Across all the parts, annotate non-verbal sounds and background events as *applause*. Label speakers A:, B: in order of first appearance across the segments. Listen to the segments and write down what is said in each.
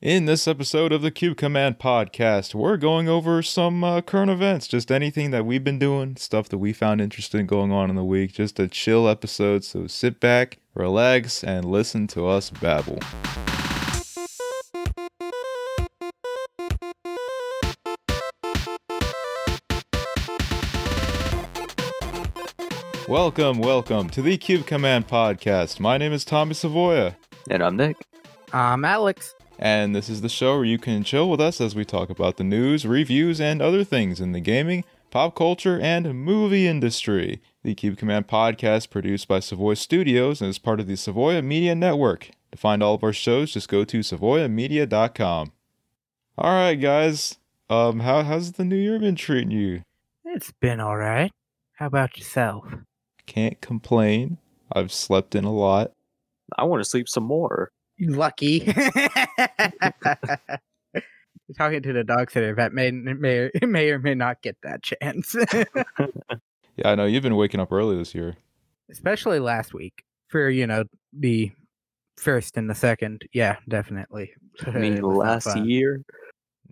A: In this episode of the Cube Command podcast, we're going over some uh, current events, just anything that we've been doing, stuff that we found interesting going on in the week, just a chill episode. So sit back, relax, and listen to us babble. Welcome, welcome to the Cube Command podcast. My name is Tommy Savoya.
B: And I'm Nick.
C: I'm Um, Alex.
A: And this is the show where you can chill with us as we talk about the news, reviews, and other things in the gaming, pop culture, and movie industry. The Cube Command podcast produced by Savoy Studios and is part of the Savoy Media Network. To find all of our shows, just go to savoyamedia.com. All right, guys. Um, how, how's the new year been treating you?
C: It's been all right. How about yourself?
A: Can't complain. I've slept in a lot.
B: I want to sleep
A: *laughs*
B: some more.
C: You lucky. *laughs* Talking to the dog sitter that may may *laughs* may or may not get that chance, *laughs*
A: Yeah, I know you've been waking up early this year.
C: especially last week for you know the first and the second. Yeah, definitely.
B: *laughs* I mean,
C: It was not
B: last
A: *laughs*
C: fun.
B: year.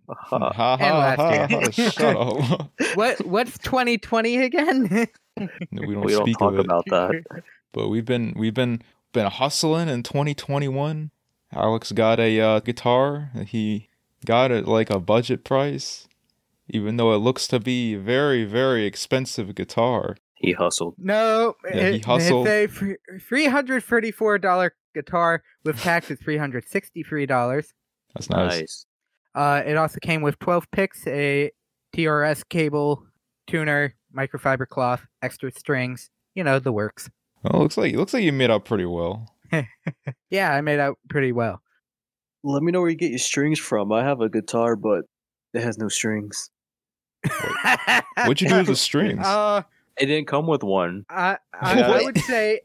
A: Ha
B: Uh-huh.
A: ha
C: And
A: ha!
C: last
A: ha
C: year.
A: shut up!
C: What what's twenty twenty
B: *laughs*
C: again?
A: No, we don't
B: we don't
A: speak
B: talk
A: of it.
B: about
A: *laughs*
B: that.
A: but we've been we've been been hustling in 2021 alex got a uh, guitar that he got at like a budget price even though it looks to be a very very expensive guitar
B: He hustled.
C: *laughs* No,
A: Yeah, he hustled.
C: It's a three hundred thirty-four dollar guitar with tax is three hundred sixty-three dollars.
A: that's nice,
B: Nice.
C: Uh, it also came with 12 picks, a TRS cable, tuner, microfiber cloth, extra strings, you know, the works.
A: well it looks like it looks like you made up pretty well
C: Yeah, I made out pretty well.
B: Let me know where you get your strings from. I have a guitar, but it has no strings.
A: *laughs* what'd you do
B: *laughs*
C: *laughs*
A: with the strings
C: Uh,
B: It didn't come with one.
C: I, I, I would say,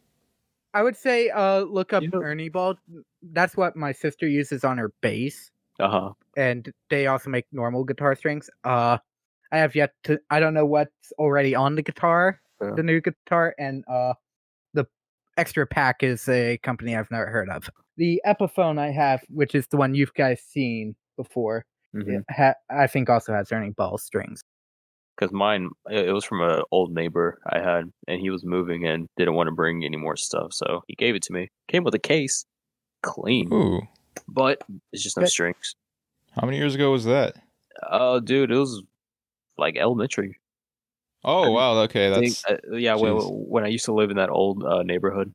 C: I would say, uh, look up
B: You know-
C: Ernie Ball. That's what my sister uses on her bass.
B: Uh huh.
C: and they also make normal guitar strings. Uh, I have yet to. I don't know what's already on the guitar,
B: Yeah.
C: the new guitar, and uh, the extra pack is a company I've never heard of. The Epiphone I have, which is the one you've guys seen before,
B: Mm-hmm.
C: it ha- I think also has Ernie Ball strings. *laughs*
B: Because mine, it it was from an old neighbor I had, and he was moving and didn't want to bring any more stuff, so he gave it to me. Came with a case, clean,
A: ooh
B: but it's just no
C: But-
B: strings.
A: how many years ago was that
B: Oh, dude, it was like elementary.
A: oh wow okay
B: think-
A: that's
B: uh, yeah, when,
A: jeez.
B: when I used to live in that old uh, neighborhood.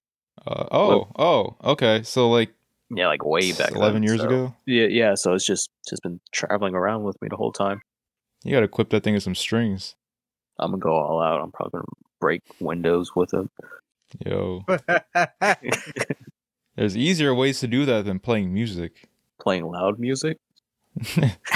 A: uh, oh oh okay so like
B: Yeah, like way back. then,
A: 11 years
B: so-
A: ago
B: Yeah, yeah. So it's just just been traveling around with me the whole time.
A: you gotta equip that thing with some strings
B: I'm gonna go all out. I'm probably gonna break windows with it.
A: yo there's easier ways to do that than playing music
B: Playing loud music.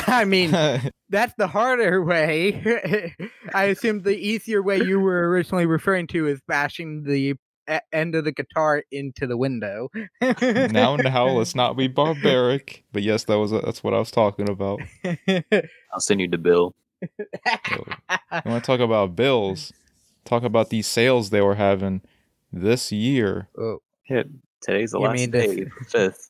C: I mean,
A: *laughs*
C: that's the harder way. *laughs* I assume the easier way you were originally referring to is bashing the e- end of the guitar into the window.
A: now now let's not be barbaric but yes that was that's what i was talking about
B: I'll send you the bill.
A: So, you want to talk about bills talk about these sales they were having this year *laughs*
C: oh,
B: Today's the
C: You
B: last
C: mean this-
B: day, fifth.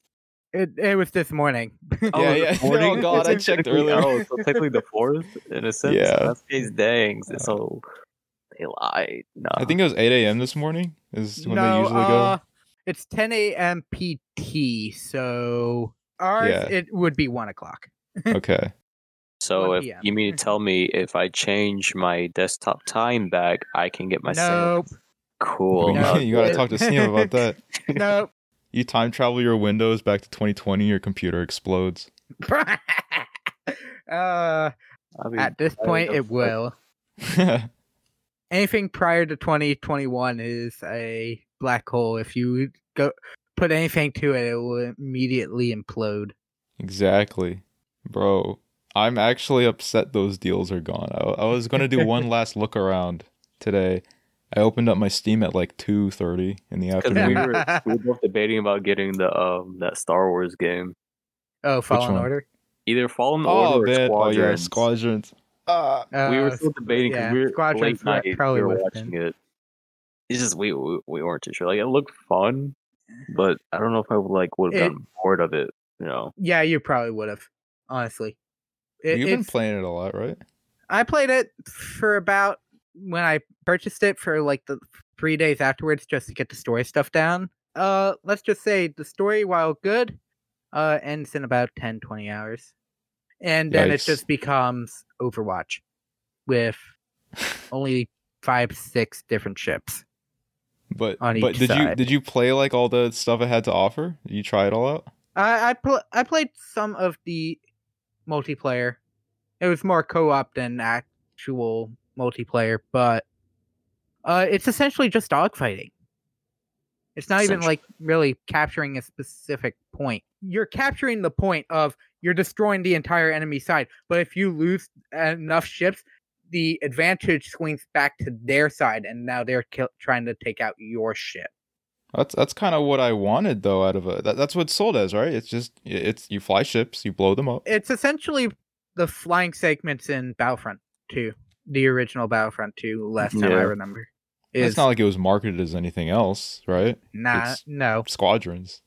C: it, it was this morning.
B: Oh,
A: Yeah,
B: this
A: yeah. Oh, *laughs*
B: morning?
A: God, I checked
B: Technically-
A: earlier.
B: Oh, so technically the fourth in a sense.
A: Yeah.
B: Last day's dang.
A: Yeah.
B: So they lied. Nah.
A: i think it was 8 a.m this morning is when they
C: no,
A: usually
C: uh,
A: go
C: it's 10 a.m. PT, so ours
A: Yeah.
C: it would be one o'clock.
A: okay
B: so.
C: 1
B: If
C: PM.
B: you mean to tell me if I change my desktop time back, I can get my sale?
C: nope,
B: Cool.
A: you,
C: No.
A: you gotta talk to Sneem about that
C: nope. *laughs*
A: you time travel your windows back to 2020 your computer explodes *laughs*
C: uh,
B: I mean,
C: at this
B: I
C: point,
B: don't
C: it
B: know.
C: will.
A: yeah
C: anything prior to 2021 is a black hole if you go put anything to it it will immediately implode
A: Exactly, bro. I'm actually upset those deals are gone. I, I was gonna do
C: *laughs*
A: one last look around today. I opened up my Steam at like two thirty in the
B: Because we
A: afternoon.
B: were we were both debating about getting the um that Star Wars game,
C: oh fallen
A: one?
C: order
B: either *laughs* Fallen
A: oh
B: Order or
A: man! Oh yeah,
B: Squadrons.
A: squadrons. Ah,
C: uh,
B: we were still debating because
C: yeah,
B: we were
C: Squadrons
B: late
C: wa-
B: night.
C: probably
B: we were
C: would've
B: watching it. It's just we, we we weren't too sure. Like it looked fun, but I don't know if I would like would
C: It-
B: have gotten bored of it You know,
C: Yeah, you probably would have, honestly. It,
A: You've been
C: it's-
A: playing it a lot, right?
C: I played it for about when I purchased it for like the three days afterwards just to get the story stuff down. Uh, let's just say the story, while good, uh, ends in about 10, 20 hours. And then
A: Yikes.
C: it just becomes Overwatch
A: *laughs*
C: with only five, six different ships.
A: But
C: On
A: but
C: each
A: did you
C: side.
A: did you play like all the stuff it had to offer? Did you try it all out?
C: I I, pl- I played some of the multiplayer. It was more co-op than actual multiplayer, but uh, it's essentially just dogfighting. It's not even
B: Essentially.
C: like really capturing a specific point. You're capturing the point of you're destroying the entire enemy side, but if you lose enough ships, the advantage swings back to their side, and now they're kill- trying to take out your ship.
A: That's that's kind of what I wanted though. Out of a that, that's what Soul does, right? It's just it's you fly ships, you blow them up.
C: it's essentially the flying segments in Battlefront 2, the original Battlefront 2, last time I
B: Yeah.
C: remember.
A: It's
C: Is
A: not like it was marketed as anything else, right?
C: nah,
A: it's-
C: no.
A: Squadrons.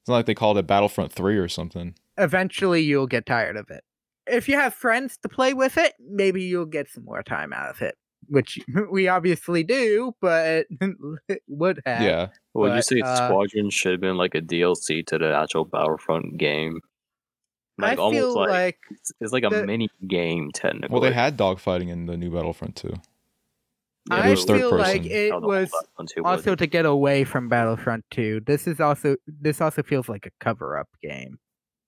A: It's not like they called it Battlefront Three or something.
C: Eventually, you'll get tired of it. If you have friends to play with it, maybe you'll get some more time out of it, which *laughs* we obviously do, but *laughs* would have.
A: Yeah,
B: well, you
C: But,
B: say
C: uh,
B: Squadron should have been like a DLC to the actual Battlefront game. Like
C: I
B: almost
C: feel
B: like,
C: like
B: it's, it's like a
C: the-
B: mini game technically.
A: well, they had dogfighting in the new Battlefront too.
B: Yeah,
A: it
C: I
A: was third
C: feel like
A: person.
B: I
C: it
B: don't know
C: was
B: about that one too, was
C: also to get away from Battlefront 2. This is also this also feels like a cover up game.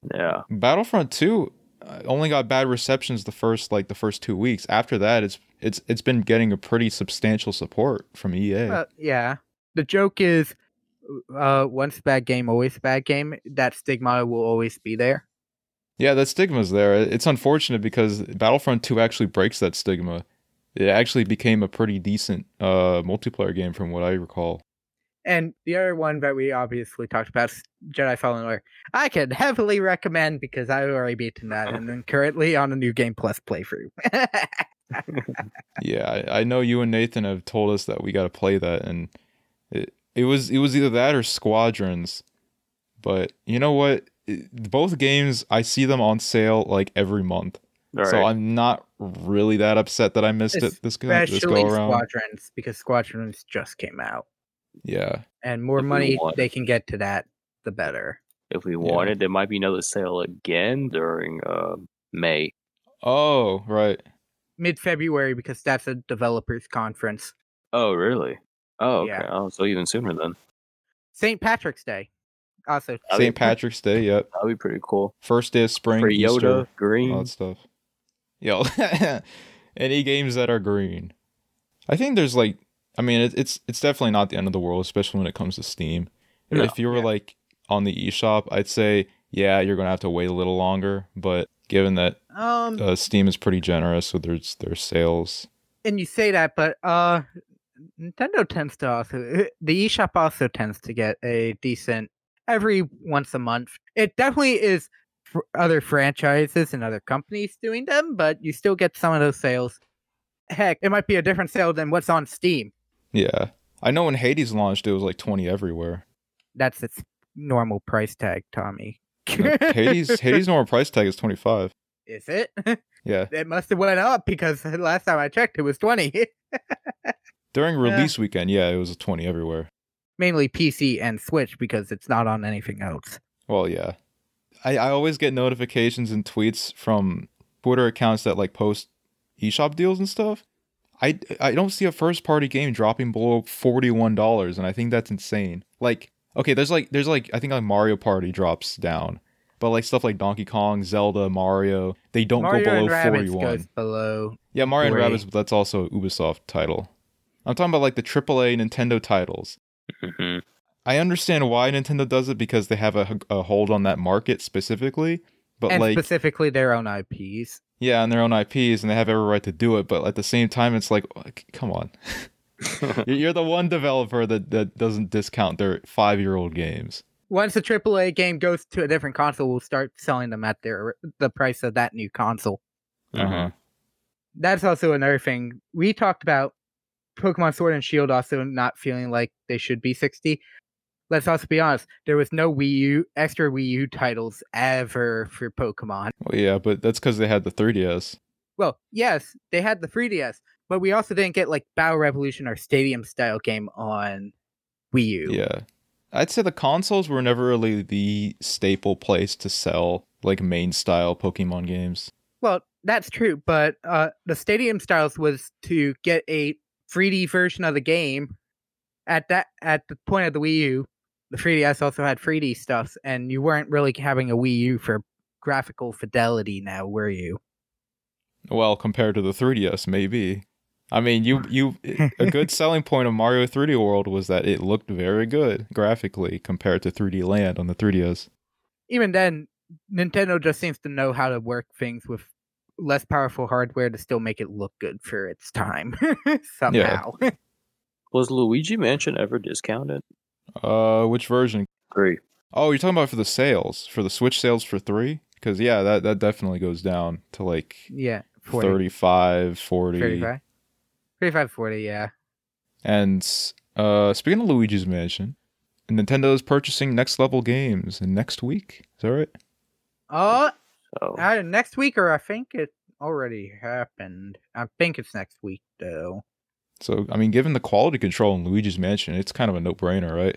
B: it? yeah.
A: Battlefront Two uh, only got bad receptions the first like the first two weeks. After that, it's it's it's been getting a pretty substantial support from E EA.
C: Well, yeah. The joke is, uh, once bad game, always bad game. That stigma will always be there.
A: Yeah, that stigma's there. It's unfortunate because Battlefront 2 actually breaks that stigma. It actually became a pretty decent uh, multiplayer game from what I recall.
C: And the other one that we obviously talked about, is Jedi Fallen Order, I can heavily recommend because I've already beaten that and I'm currently on a new game plus playthrough.
A: Yeah, I, I know you and Nathan have told us that we got to play that, and it, it was it was either that or Squadrons. But you know what? It- both games I see them on sale like every month,
B: All right.
A: so I'm not really that upset that I missed it this go, this
C: Especially
A: go around.
C: Squadrons because Squadrons just came out,
A: yeah,
C: and more
B: If we
C: money
B: want-
C: they can get to that, the better.
B: if we want it, there might be another sale again during uh, May.
A: Oh right.
C: Mid February because that's a developers conference.
B: Oh, really? Oh, okay.
C: Yeah.
B: Oh, so even sooner then.
C: St. Patrick's Day, also
B: That'd *laughs* be-
A: St. Patrick's Day. Yep.
B: That'd be pretty cool.
A: First day of spring.
B: For Yoda,
A: Easter.
B: green.
A: all that stuff. Yo, *laughs* any games that are green. I think there's like, I mean, it, it's it's definitely not the end of the world, especially when it comes to Steam.
B: No.
A: if you were like on the eShop, I'd say yeah, you're gonna have to wait a little longer. But given that
C: Um,
A: uh, Steam is pretty generous with their their sales,
C: and you say that, but uh, Nintendo tends to also eh, the eShop also tends to get a decent every once a month. It definitely is for other franchises and other companies doing them, but you still get some of those sales. Heck, it might be a different sale than what's on Steam.
A: yeah, I know when Hades launched, it was like twenty everywhere.
C: That's its normal price tag, Tommy.
A: *laughs* Like, Hades Hades normal price tag is twenty five.
C: *laughs* is it? *laughs*
A: Yeah,
C: It must have went up because last time I checked, it was twenty. *laughs*
A: during release weekend, yeah, it was twenty everywhere.
C: Mainly PC and Switch because it's not on anything else.
A: Well, yeah. I, I always get notifications and tweets from Twitter accounts that like post eShop deals and stuff. I, I don't see a first party game dropping below $41 and I think that's insane. Like okay, there's like there's like I think like Mario Party drops down. But like stuff like Donkey Kong, Zelda, Mario, they don't
C: Mario
A: go below
C: and Rabbids
A: 41.
C: goes below.
A: Yeah, Mario
C: Great.
A: and Rabbids, but that's also a Ubisoft title. I'm talking about like the AAA Nintendo titles.
B: Mhm.
A: I understand why Nintendo does it because they have a, a hold on that market specifically, but
C: and
A: like
C: specifically their own IPs.
A: yeah, on their own IPs and they have every right to do it. But at the same time, it's like, oh, c- come on, You're- you're the one developer that that doesn't discount their five year old games.
C: Once a AAA game goes to a different console, we'll start selling them at their the price of that new console.
A: Uh-huh.
C: That's also another thing we talked about. Pokemon Sword and Shield also not feeling like they should be sixty. let's also be honest, there was no Wii U extra Wii U titles ever for Pokemon.
A: Well, yeah, but that's because they had the 3DS.
C: Well, yes, they had the 3DS, but we also didn't get like Battle Revolution or Stadium style game on Wii U.
A: Yeah. I'd say the consoles were never really the staple place to sell like main style Pokemon games.
C: Well, that's true, but uh, the Stadium styles was to get a 3D version of the game at that at the point of the Wii U, the 3DS also had 3D stuffs, and you weren't really having a Wii U for graphical fidelity. Now, were you?
A: Well, compared to the 3DS, maybe. I mean, you you a good selling point of Mario 3D World was that it looked very good graphically compared to 3D Land on the 3DS.
C: Even then, Nintendo just seems to know how to work things with less powerful hardware to still make it look good for its time *laughs* somehow. *laughs*
B: Was Luigi Mansion ever discounted?
A: Uh, which version?
B: Three.
A: Oh, you're talking about for the sales for the Switch sales for three? Because yeah, that that definitely goes down to like
C: Yeah, 40,
A: 35, 40.
C: 35. 35, 40, yeah.
A: And uh, speaking of Luigi's Mansion, Nintendo is purchasing Next Level Games in next week. Is that right?
C: Oh,
B: So
C: uh, next week, or I think it already happened. I think it's next week, though.
A: So I mean, given the quality control in Luigi's Mansion, it's kind of a no-brainer, right?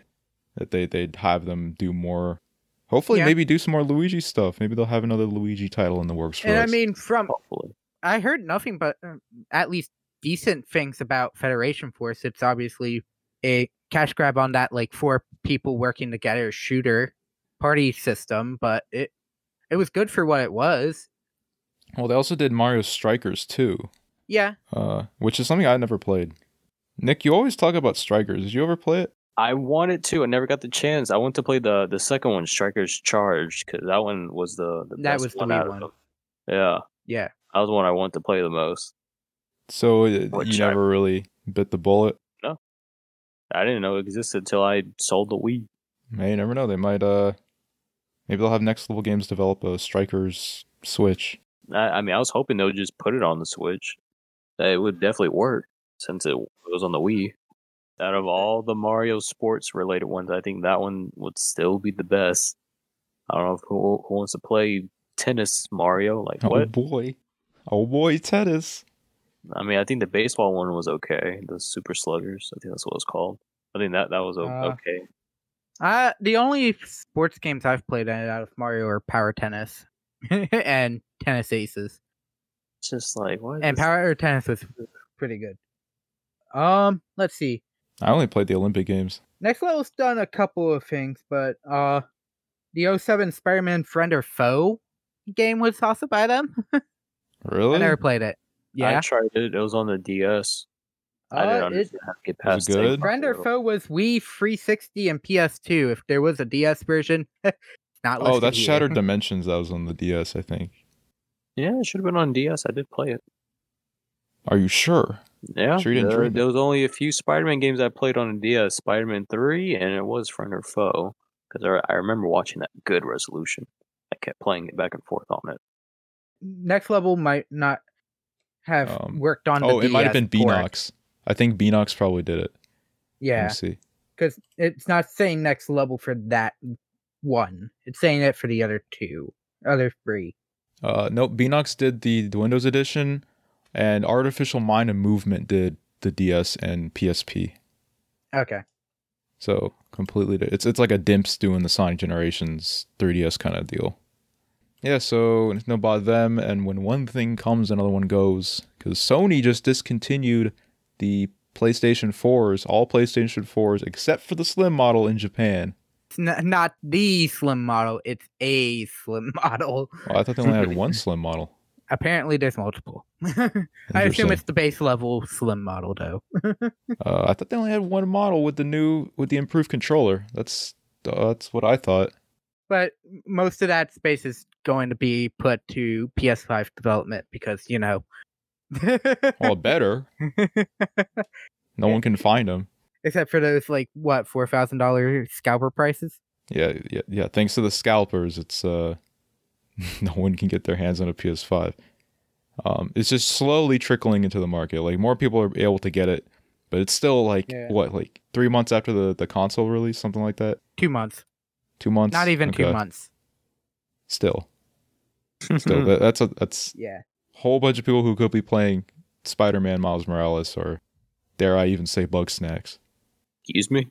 A: That they they'd have them do more. Hopefully,
C: Yeah.
A: maybe do some more Luigi stuff. Maybe they'll have another Luigi title in the works for
C: And I
A: us.
C: mean, from
B: hopefully.
C: I heard nothing but um, at least decent things about Federation Force. It's obviously a cash grab on that like four people working together shooter party system, but it it was good for what it was.
A: well, they also did Mario Strikers too,
C: Yeah,
A: uh, which is something I never played. Nick, you always talk about Strikers. Did you ever play it?
B: I wanted to. I never got the chance. I want to play the the second one, Strikers Charge, because that one was the, the
C: That
B: best
C: was the
B: one
C: Wii
B: out of
C: one.
B: them. Yeah,
C: yeah.
B: that was the one I wanted to play the most.
A: So uh
B: Which
A: you
B: I-
A: never really bit the bullet.
B: I didn't know it existed until I sold the Wii.
A: Hey, you never know. They might uh, maybe they'll have Next Level Games develop a Strikers Switch.
B: I, I mean, I was hoping they would just put it on the Switch. That it would definitely work since it was on the Wii. Out of all the Mario sports related ones, I think that one would still be the best. I don't know if who, who wants to play tennis Mario. Like
A: Oh
B: what?
A: boy, oh boy, tennis.
B: I mean, I think the baseball one was okay. The Super Sluggers, I think that's what it's called. I think that that was o-
C: Uh,
B: okay.
C: Uh the only sports games I've played out of Mario are Power Tennis *laughs* and Tennis Aces.
B: It's just like what? is
C: And
B: this-
C: Power Tennis was pretty good. Um, let's see.
A: I only played the Olympic Games.
C: Next level's done a couple of things, but uh the 07 Spider-Man Friend or Foe game was also by them. I
A: Really?
C: never played it.
B: I
C: Yeah.
B: tried it. It was on the DS. I
C: Uh,
B: didn't
C: it-
B: understand how to get
A: Was
B: past.
A: it
B: Saint
A: good?
C: Friend or
B: Mario.
C: Foe was Wii 360 and PS2. If there was a DS version, *laughs* it's not
A: Oh,
C: listed
A: that's
C: here.
A: Shattered Dimensions. That was on the DS, I think.
B: Yeah, it should have been on DS. I did play it.
A: Are you sure?
B: Yeah,
A: Sure you didn't
B: there,
A: dream
B: there was only a few Spider-Man games I played on a DS, Spider-Man Three, and it was Friend or Foe because I, I remember watching that good resolution. I kept playing it back and forth on it.
C: Next level might not have
A: Um,
C: worked on.
A: oh,
C: the
A: it might have
C: DS
A: been
C: port.
A: Beanox. I think Beanox probably did it. Let me
C: Yeah,
A: see.
C: because it's not saying next level for that one. It's saying it for the other two, other three.
A: Uh, no, Beanox did the, the Windows edition, and Artificial Mind and Movement did the DS and PSP.
C: Okay.
A: So completely, di- it's it's like a Dimps doing the Sonic Generations 3DS kind of deal. Yeah, so no bother them, and when one thing comes, another one goes. Because Sony just discontinued the PlayStation 4s, all PlayStation 4s except for the Slim model in Japan.
C: It's n- not the slim model. It's a slim *laughs* model.
A: Well, I thought they only had
C: *laughs*
A: one Slim model.
C: Apparently, there's multiple. *laughs* I assume
A: Interesting.
C: it's the base level slim model, though.
A: Uh, I thought they only had one model with the new with the improved controller. That's that's what I thought.
C: But most of that space is going to be put to PS5 development because you know. *laughs*
A: Well, better. No one can find them.
C: Except for those like what four thousand dollar scalper prices.
A: Yeah, yeah, yeah. Thanks to the scalpers, it's uh, *laughs* no one can get their hands on a PS5. Um, it's just slowly trickling into the market. Like more people are able to get it, but it's still like
C: Yeah.
A: what, like three months after the the console release, something like that.
C: Two months.
A: Two months.
C: Not even two
A: Okay.
C: months. Mm-hmm.
A: Still, *laughs*
B: Hmm.
A: still, that, that's a that's
C: Yeah.
A: a whole bunch of people who could be playing Spider-Man, Miles Morales, or dare I even say Bug *laughs* Snacks.
B: Excuse me.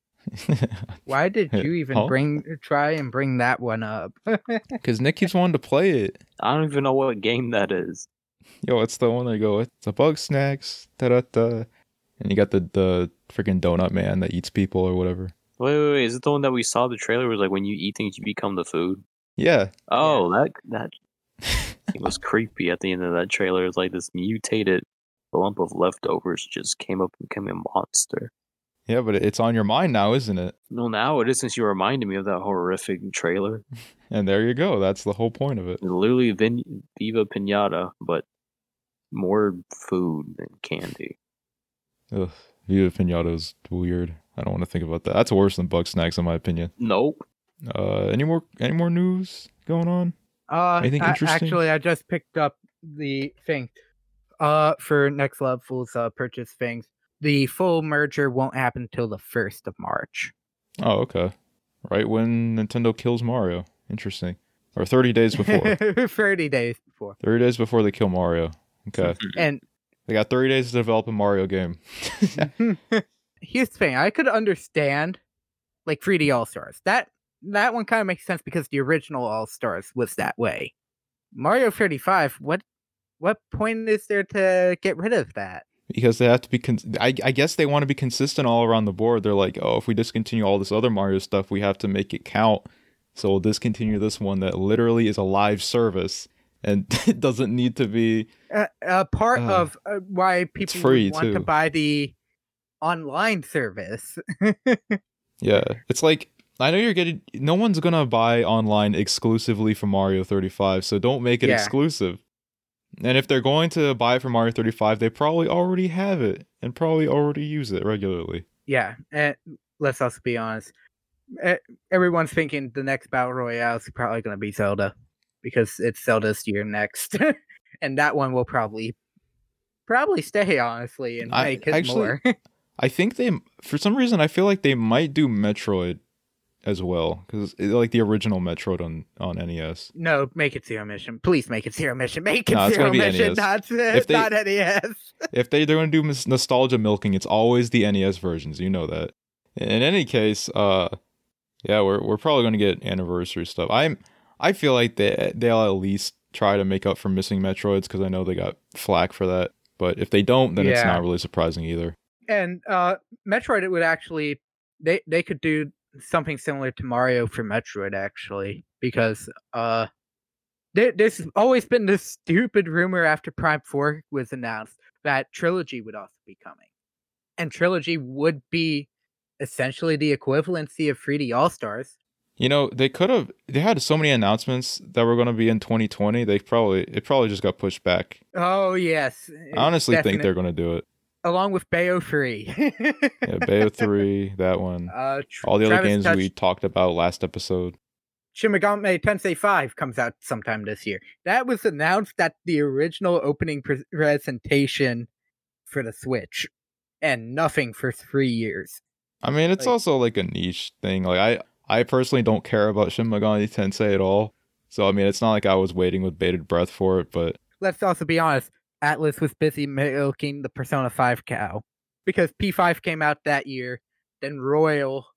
C: Why did
A: Hey,
C: you even
A: Paul?
C: bring try and bring that one up? *laughs*
A: Because Nick keeps wanting to play it.
B: I don't even know what game that is.
A: Yo, it's the one they go, it's a Bug Snacks, da da da. And you got the the freaking donut man that eats people or whatever.
B: Wait, wait, wait. Is it the one that we saw the trailer? Was like when you eat things, you become the food.
A: Yeah,
B: Oh,
A: *laughs*
B: that that it was creepy at the end of that trailer. It's like this mutated lump of leftovers just came up and became a monster.
A: yeah, but it's on your mind now, isn't it?
B: Well, now it is since you reminded me of that horrific trailer.
A: And there you go. That's the whole point of it.
B: Literally, Vin- Viva Pinata, but more food than candy.
A: Ugh, Viva Pinata is weird. I don't want to think about that. That's worse than Bug Snacks, in my opinion.
B: Nope.
A: Uh, any more any more news going on?
C: Uh,
A: Anything
C: I-
A: interesting?
C: actually, I just picked up the thing. Uh, for Next Level's uh, purchase things, the full merger won't happen till the first of March.
A: Oh, okay. Right when Nintendo kills Mario. Interesting. Or 30 days before.
C: *laughs* Thirty days before,
A: 30 days before they kill Mario.
B: *laughs*
A: Okay. *laughs*
C: and *laughs*
A: They got 30 days to develop a Mario game.
C: here's the thing: I could understand, like 3D All Stars. That that one kind of makes sense because the original All Stars was that way. Mario 35. What what point is there to get rid of that?
A: because they have to be con- I, I guess they want to be consistent all around the board they're like oh if we discontinue all this other mario stuff we have to make it count so we'll discontinue this one that literally is a live service and *laughs* it doesn't need to be
C: uh, uh, part
A: Ugh.
C: of uh, why people would
A: free,
C: want to
A: too.
C: buy the online service. *laughs*
A: yeah it's like i know you're getting no one's gonna buy online exclusively for mario 35 so don't make it
C: Yeah.
A: exclusive and if they're going to buy for mario 35 they probably already have it and probably already use it regularly
C: yeah, and let's also be honest. E- Everyone's thinking the next battle royale is probably going to be Zelda because it's Zelda's year next, *laughs* and that one will probably probably stay honestly and
A: I-
C: make it
A: actually,
C: more. *laughs*
A: I think they, for some reason, I feel like they might do Metroid as well because like the original Metroid on on E NES.
C: no, make it zero mission. Please make it zero mission. Make it
A: No, it's
C: zero
A: gonna be
C: mission.
A: NES.
C: Not
A: If they-
C: not E NES.
A: If they, they're going to do mis- nostalgia milking, it's always the NES versions. You know that. In any case, uh, yeah, we're we're probably going to get anniversary stuff. I'm I feel like they they'll at least try to make up for missing Metroids because I know they got flack for that. But if they don't, then it's
C: Yeah.
A: not really surprising either.
C: and uh Metroid it would actually they they could do something similar to Mario for Metroid actually because uh there, there's always been this stupid rumor after Prime 4 was announced that Trilogy would also be coming. And Trilogy would be essentially the equivalency of 3D All-Stars.
A: You know, they could have. They had so many announcements that were going to be in 2020. They probably it probably just got pushed back.
C: Oh yes.
A: I honestly think
C: definite-
A: they're going to do it.
C: along with Bayo 3.
A: Yeah,
C: *laughs*
A: Bayo 3, that one.
C: uh, tr-
A: All the other
C: Travis
A: games
C: touched-
A: we talked about last episode.
C: Shin Megami Tensei 5 comes out sometime this year. That was announced at the original opening pre- presentation for the Switch, and nothing for three years.
A: I mean, it's
C: Like-
A: also like a niche thing. Like I I personally don't care about Shin Megami Tensei at all. So I mean, it's not like I was waiting with bated breath for it, but
C: Let's also be honest, Atlas was busy milking the Persona 5 cow because P5 came out that year, then Royal,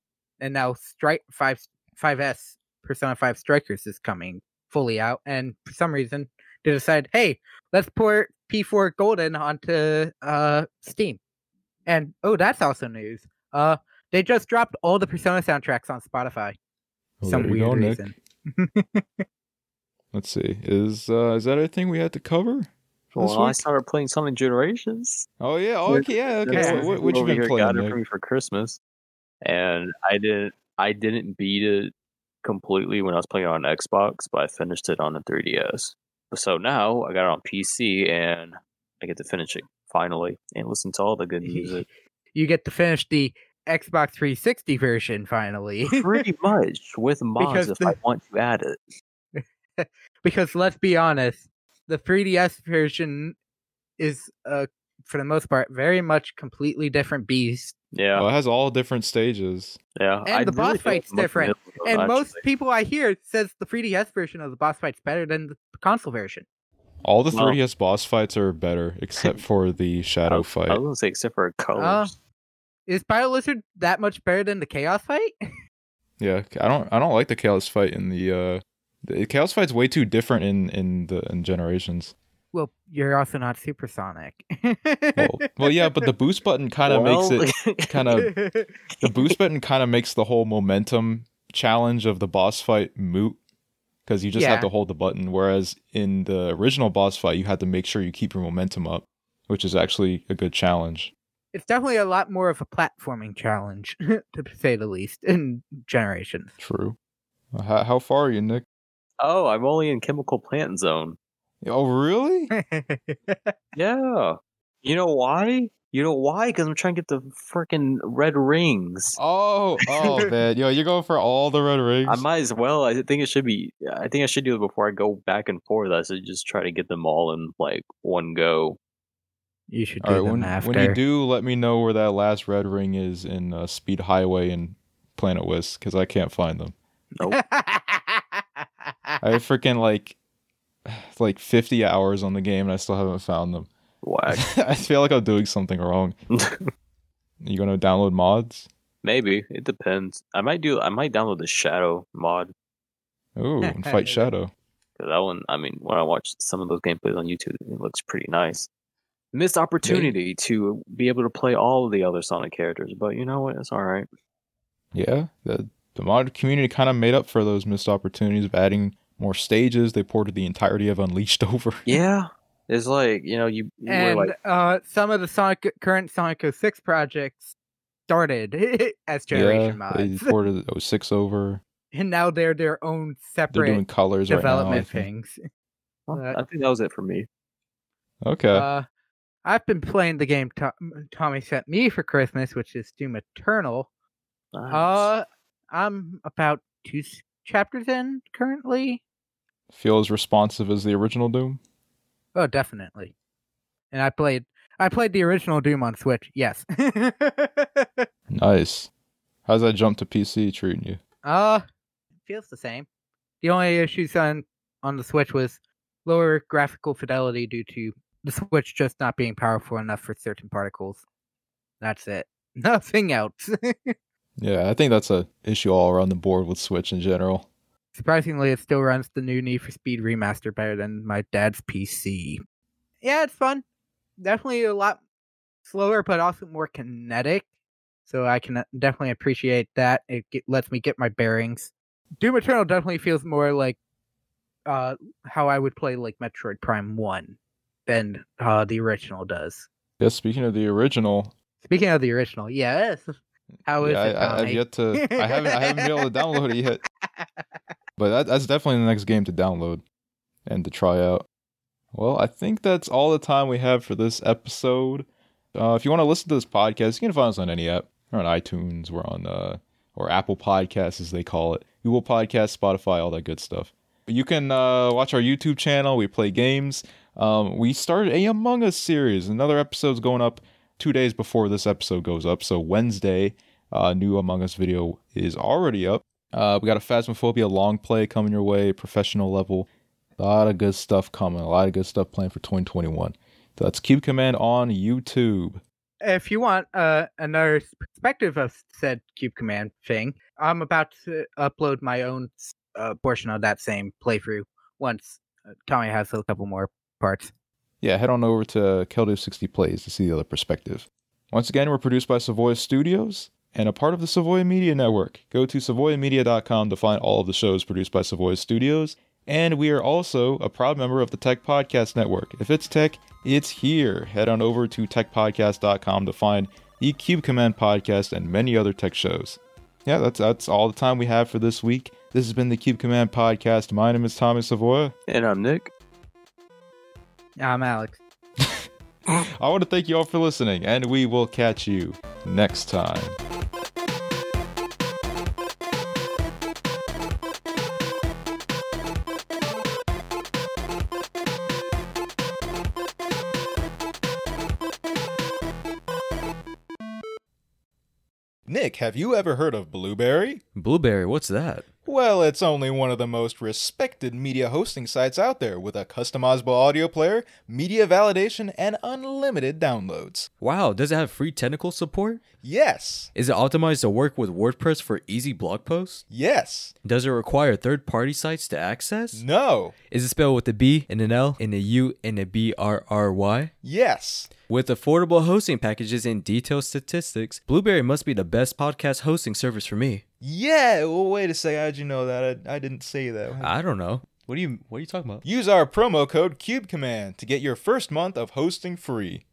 C: and now Strike 5 5S Persona 5 Strikers is coming fully out, and for some reason they decided, hey, let's pour P4 Golden onto uh Steam. And oh, that's also news. Uh, they just dropped all the Persona soundtracks on Spotify.
A: Well,
C: some
A: there you
C: weird
A: go, Nick.
C: reason.
A: Let's see. Is uh is that everything we had to cover? for this
B: Well, I
A: week?
B: started playing Sonic Generations.
A: Oh yeah, oh, okay, yeah, okay.
C: Yeah.
A: What, what, what you
B: Over
A: been
B: here
A: playing?
B: Got it for
A: Nick?
B: me for Christmas, and I didn't. I didn't beat it completely when I was playing on Xbox, but I finished it on the 3DS. So now I got it on PC, and I get to finish it finally and listen to all
A: *laughs*
B: the good music.
C: you get to finish the Xbox 360 version finally.
B: Pretty much with mods
C: Because
B: if
C: the-
B: I want to add it.
C: because let's be honest, the 3DS version is a for the most part, very much completely different beast.
B: Yeah,
A: Well, it has all different stages.
B: yeah.
C: And the boss
B: don't
C: fight's
B: like
C: different.
B: vanilla,
C: And most
B: actually.
C: people I hear says the 3DS version of the boss fight's better than the console version.
A: All the
B: Well- Oh,
A: 3DS boss fights are better, except for the
B: I
A: shadow
B: was, I was
A: fight.
B: gonna say except for colors.
C: Oh. Is Bio Lizard that much better than the Chaos fight? *laughs*
A: Yeah, I don't. I don't like the Chaos fight in the. uh the Chaos fight's way too different in in the in generations.
C: well, you're also not supersonic. *laughs*
A: Well, well yeah, but the boost button kind of makes it kind of the boost button kind of makes the whole momentum challenge of the boss fight moot because you just
C: Yeah.
A: have to hold the button. Whereas in the original boss fight, you had to make sure you keep your momentum up, which is actually a good challenge.
C: *laughs* it's definitely a lot more of a platforming challenge, *laughs* to say the least, in generations. *laughs*
A: True. How, how far are you, Nick?
B: *laughs* oh, I'm only in chemical plant zone.
A: Oh, really?
B: Yeah. You know why? You know why? Because I'm trying to get the freaking red rings.
A: Oh, oh, man. Yo, you're going for all the red rings.
B: I might as well. I think it should be. I think I should do it before I go back and forth. I should just try to get them all in like one go.
C: you should do
A: all right,
C: them
A: when,
C: after.
A: when you do, let me know where that last red ring is in uh, Speed Highway and Planet Whisk because I can't find them.
C: *laughs*
A: *laughs*
B: Nope.
A: I have freaking like *sighs* like 50 hours on the game and I still haven't found them.
B: Whack.
A: *laughs* I feel like I'm doing something wrong. you gonna download mods?
B: Maybe it depends. I might do. I might download the shadow mod
A: Ooh, and fight Shadow.
B: because that one. I mean, when I watch some of those gameplays on YouTube, it looks pretty nice. Missed opportunity to be able to play all of the other Sonic characters, but you know what? It's all right.
A: Yeah, the the mod community kind of made up for those missed opportunities of adding more stages. They ported the entirety of Unleashed *laughs* over.
B: Yeah, it's like you know you. you
C: and
B: were like,
C: uh, some of the Sonic current Sonic 06 projects started *laughs* as generation
A: yeah, they
C: mods,
A: ported 06
C: *laughs*
A: over.
C: and now they're their own
A: They're
C: separate
A: doing colors right now. I
C: development
A: think.
C: things.
B: well,
C: that-
B: I think that was it for me.
A: Okay.
C: Uh, I've been playing the game Tom- Tommy sent me for Christmas, which is Doom Eternal.
B: Nice.
C: Uh, I'm about two s- chapters in currently.
A: Feel as responsive as the original Doom.
C: Oh, definitely. And I played. I played the original Doom on Switch. Yes. *laughs*
A: Nice. How's that jump to PC treating you?
C: uh feels the same. The only issues on on the Switch was lower graphical fidelity due to the Switch just not being powerful enough for certain particles. That's it. *laughs* Nothing else.
A: Yeah, I think that's a issue all around the board with Switch in general.
C: Surprisingly, it still runs the new Need for Speed remaster better than my dad's PC. Yeah, it's fun. Definitely a lot slower, but also more kinetic. So I can uh, definitely appreciate that. It get, lets me get my bearings. Doom Eternal definitely feels more like uh, how I would play like Metroid Prime One than uh, the original does.
A: Yeah, speaking of the original,
C: Speaking of the original, yes. *laughs* How is
A: Yeah,
C: it?
A: I, I, I've
C: Tommy?
A: yet to. I haven't. I haven't been able to download it yet.
C: *laughs*
A: But that, that's definitely the next game to download and to try out. Well, I think that's all the time we have for this episode. Uh, if you want to listen to this podcast, you can find us on any app. We're on iTunes. We're on uh, or Apple Podcasts as they call it, Google Podcasts, Spotify, all that good stuff. You can uh, watch our YouTube channel. We play games. Um, we started a Among Us series. Another episode's going up two days before this episode goes up. So Wednesday, uh, new Among Us video is already up. Uh, we got a Phasmophobia long play coming your way, professional level. A lot of good stuff coming. A lot of good stuff planned for 2021. So that's Cube Command on YouTube.
C: if you want uh, another s- perspective of said cube command thing, I'm about to upload my own uh, portion of that same playthrough once uh, Tommy has a couple more parts.
A: Yeah, head on over to Keldo 60 Plays to see the other perspective. Once again, we're produced by Savoy Studios and a part of the Savoy Media Network. Go to savoymedia.com to find all of the shows produced by Savoy Studios. And we are also a proud member of the Tech Podcast Network. If it's tech, it's here. Head on over to techpodcast.com to find the Cube Command podcast and many other tech shows. Yeah, that's that's all the time we have for this week. This has been the Cube Command podcast. My name is Tommy Savoy.
B: and I'm Nick.
C: I'm Alex.
A: I want to thank you all for listening, and we will catch you next time. Nick, have you ever heard of Blueberry?
D: Blueberry, what's that?
A: Well, it's only one of the most respected media hosting sites out there with a customizable audio player, media validation, and unlimited downloads.
D: Wow, does it have free technical support?
A: Yes,
D: Is it optimized to work with WordPress for easy blog posts?
A: yes,
D: Does it require third party sites to access?
A: no,
D: Is it spelled with a B and an L and a U and a B R R Y?
A: yes.
D: With affordable hosting packages and detailed statistics, Blueberry must be the best podcast hosting service for me.
A: Yeah, well, wait a second. How'd you know that? I, I didn't say that.
D: I don't know. What are you what are you talking about?
A: Use our promo code CubeCommand to get your first month of hosting free.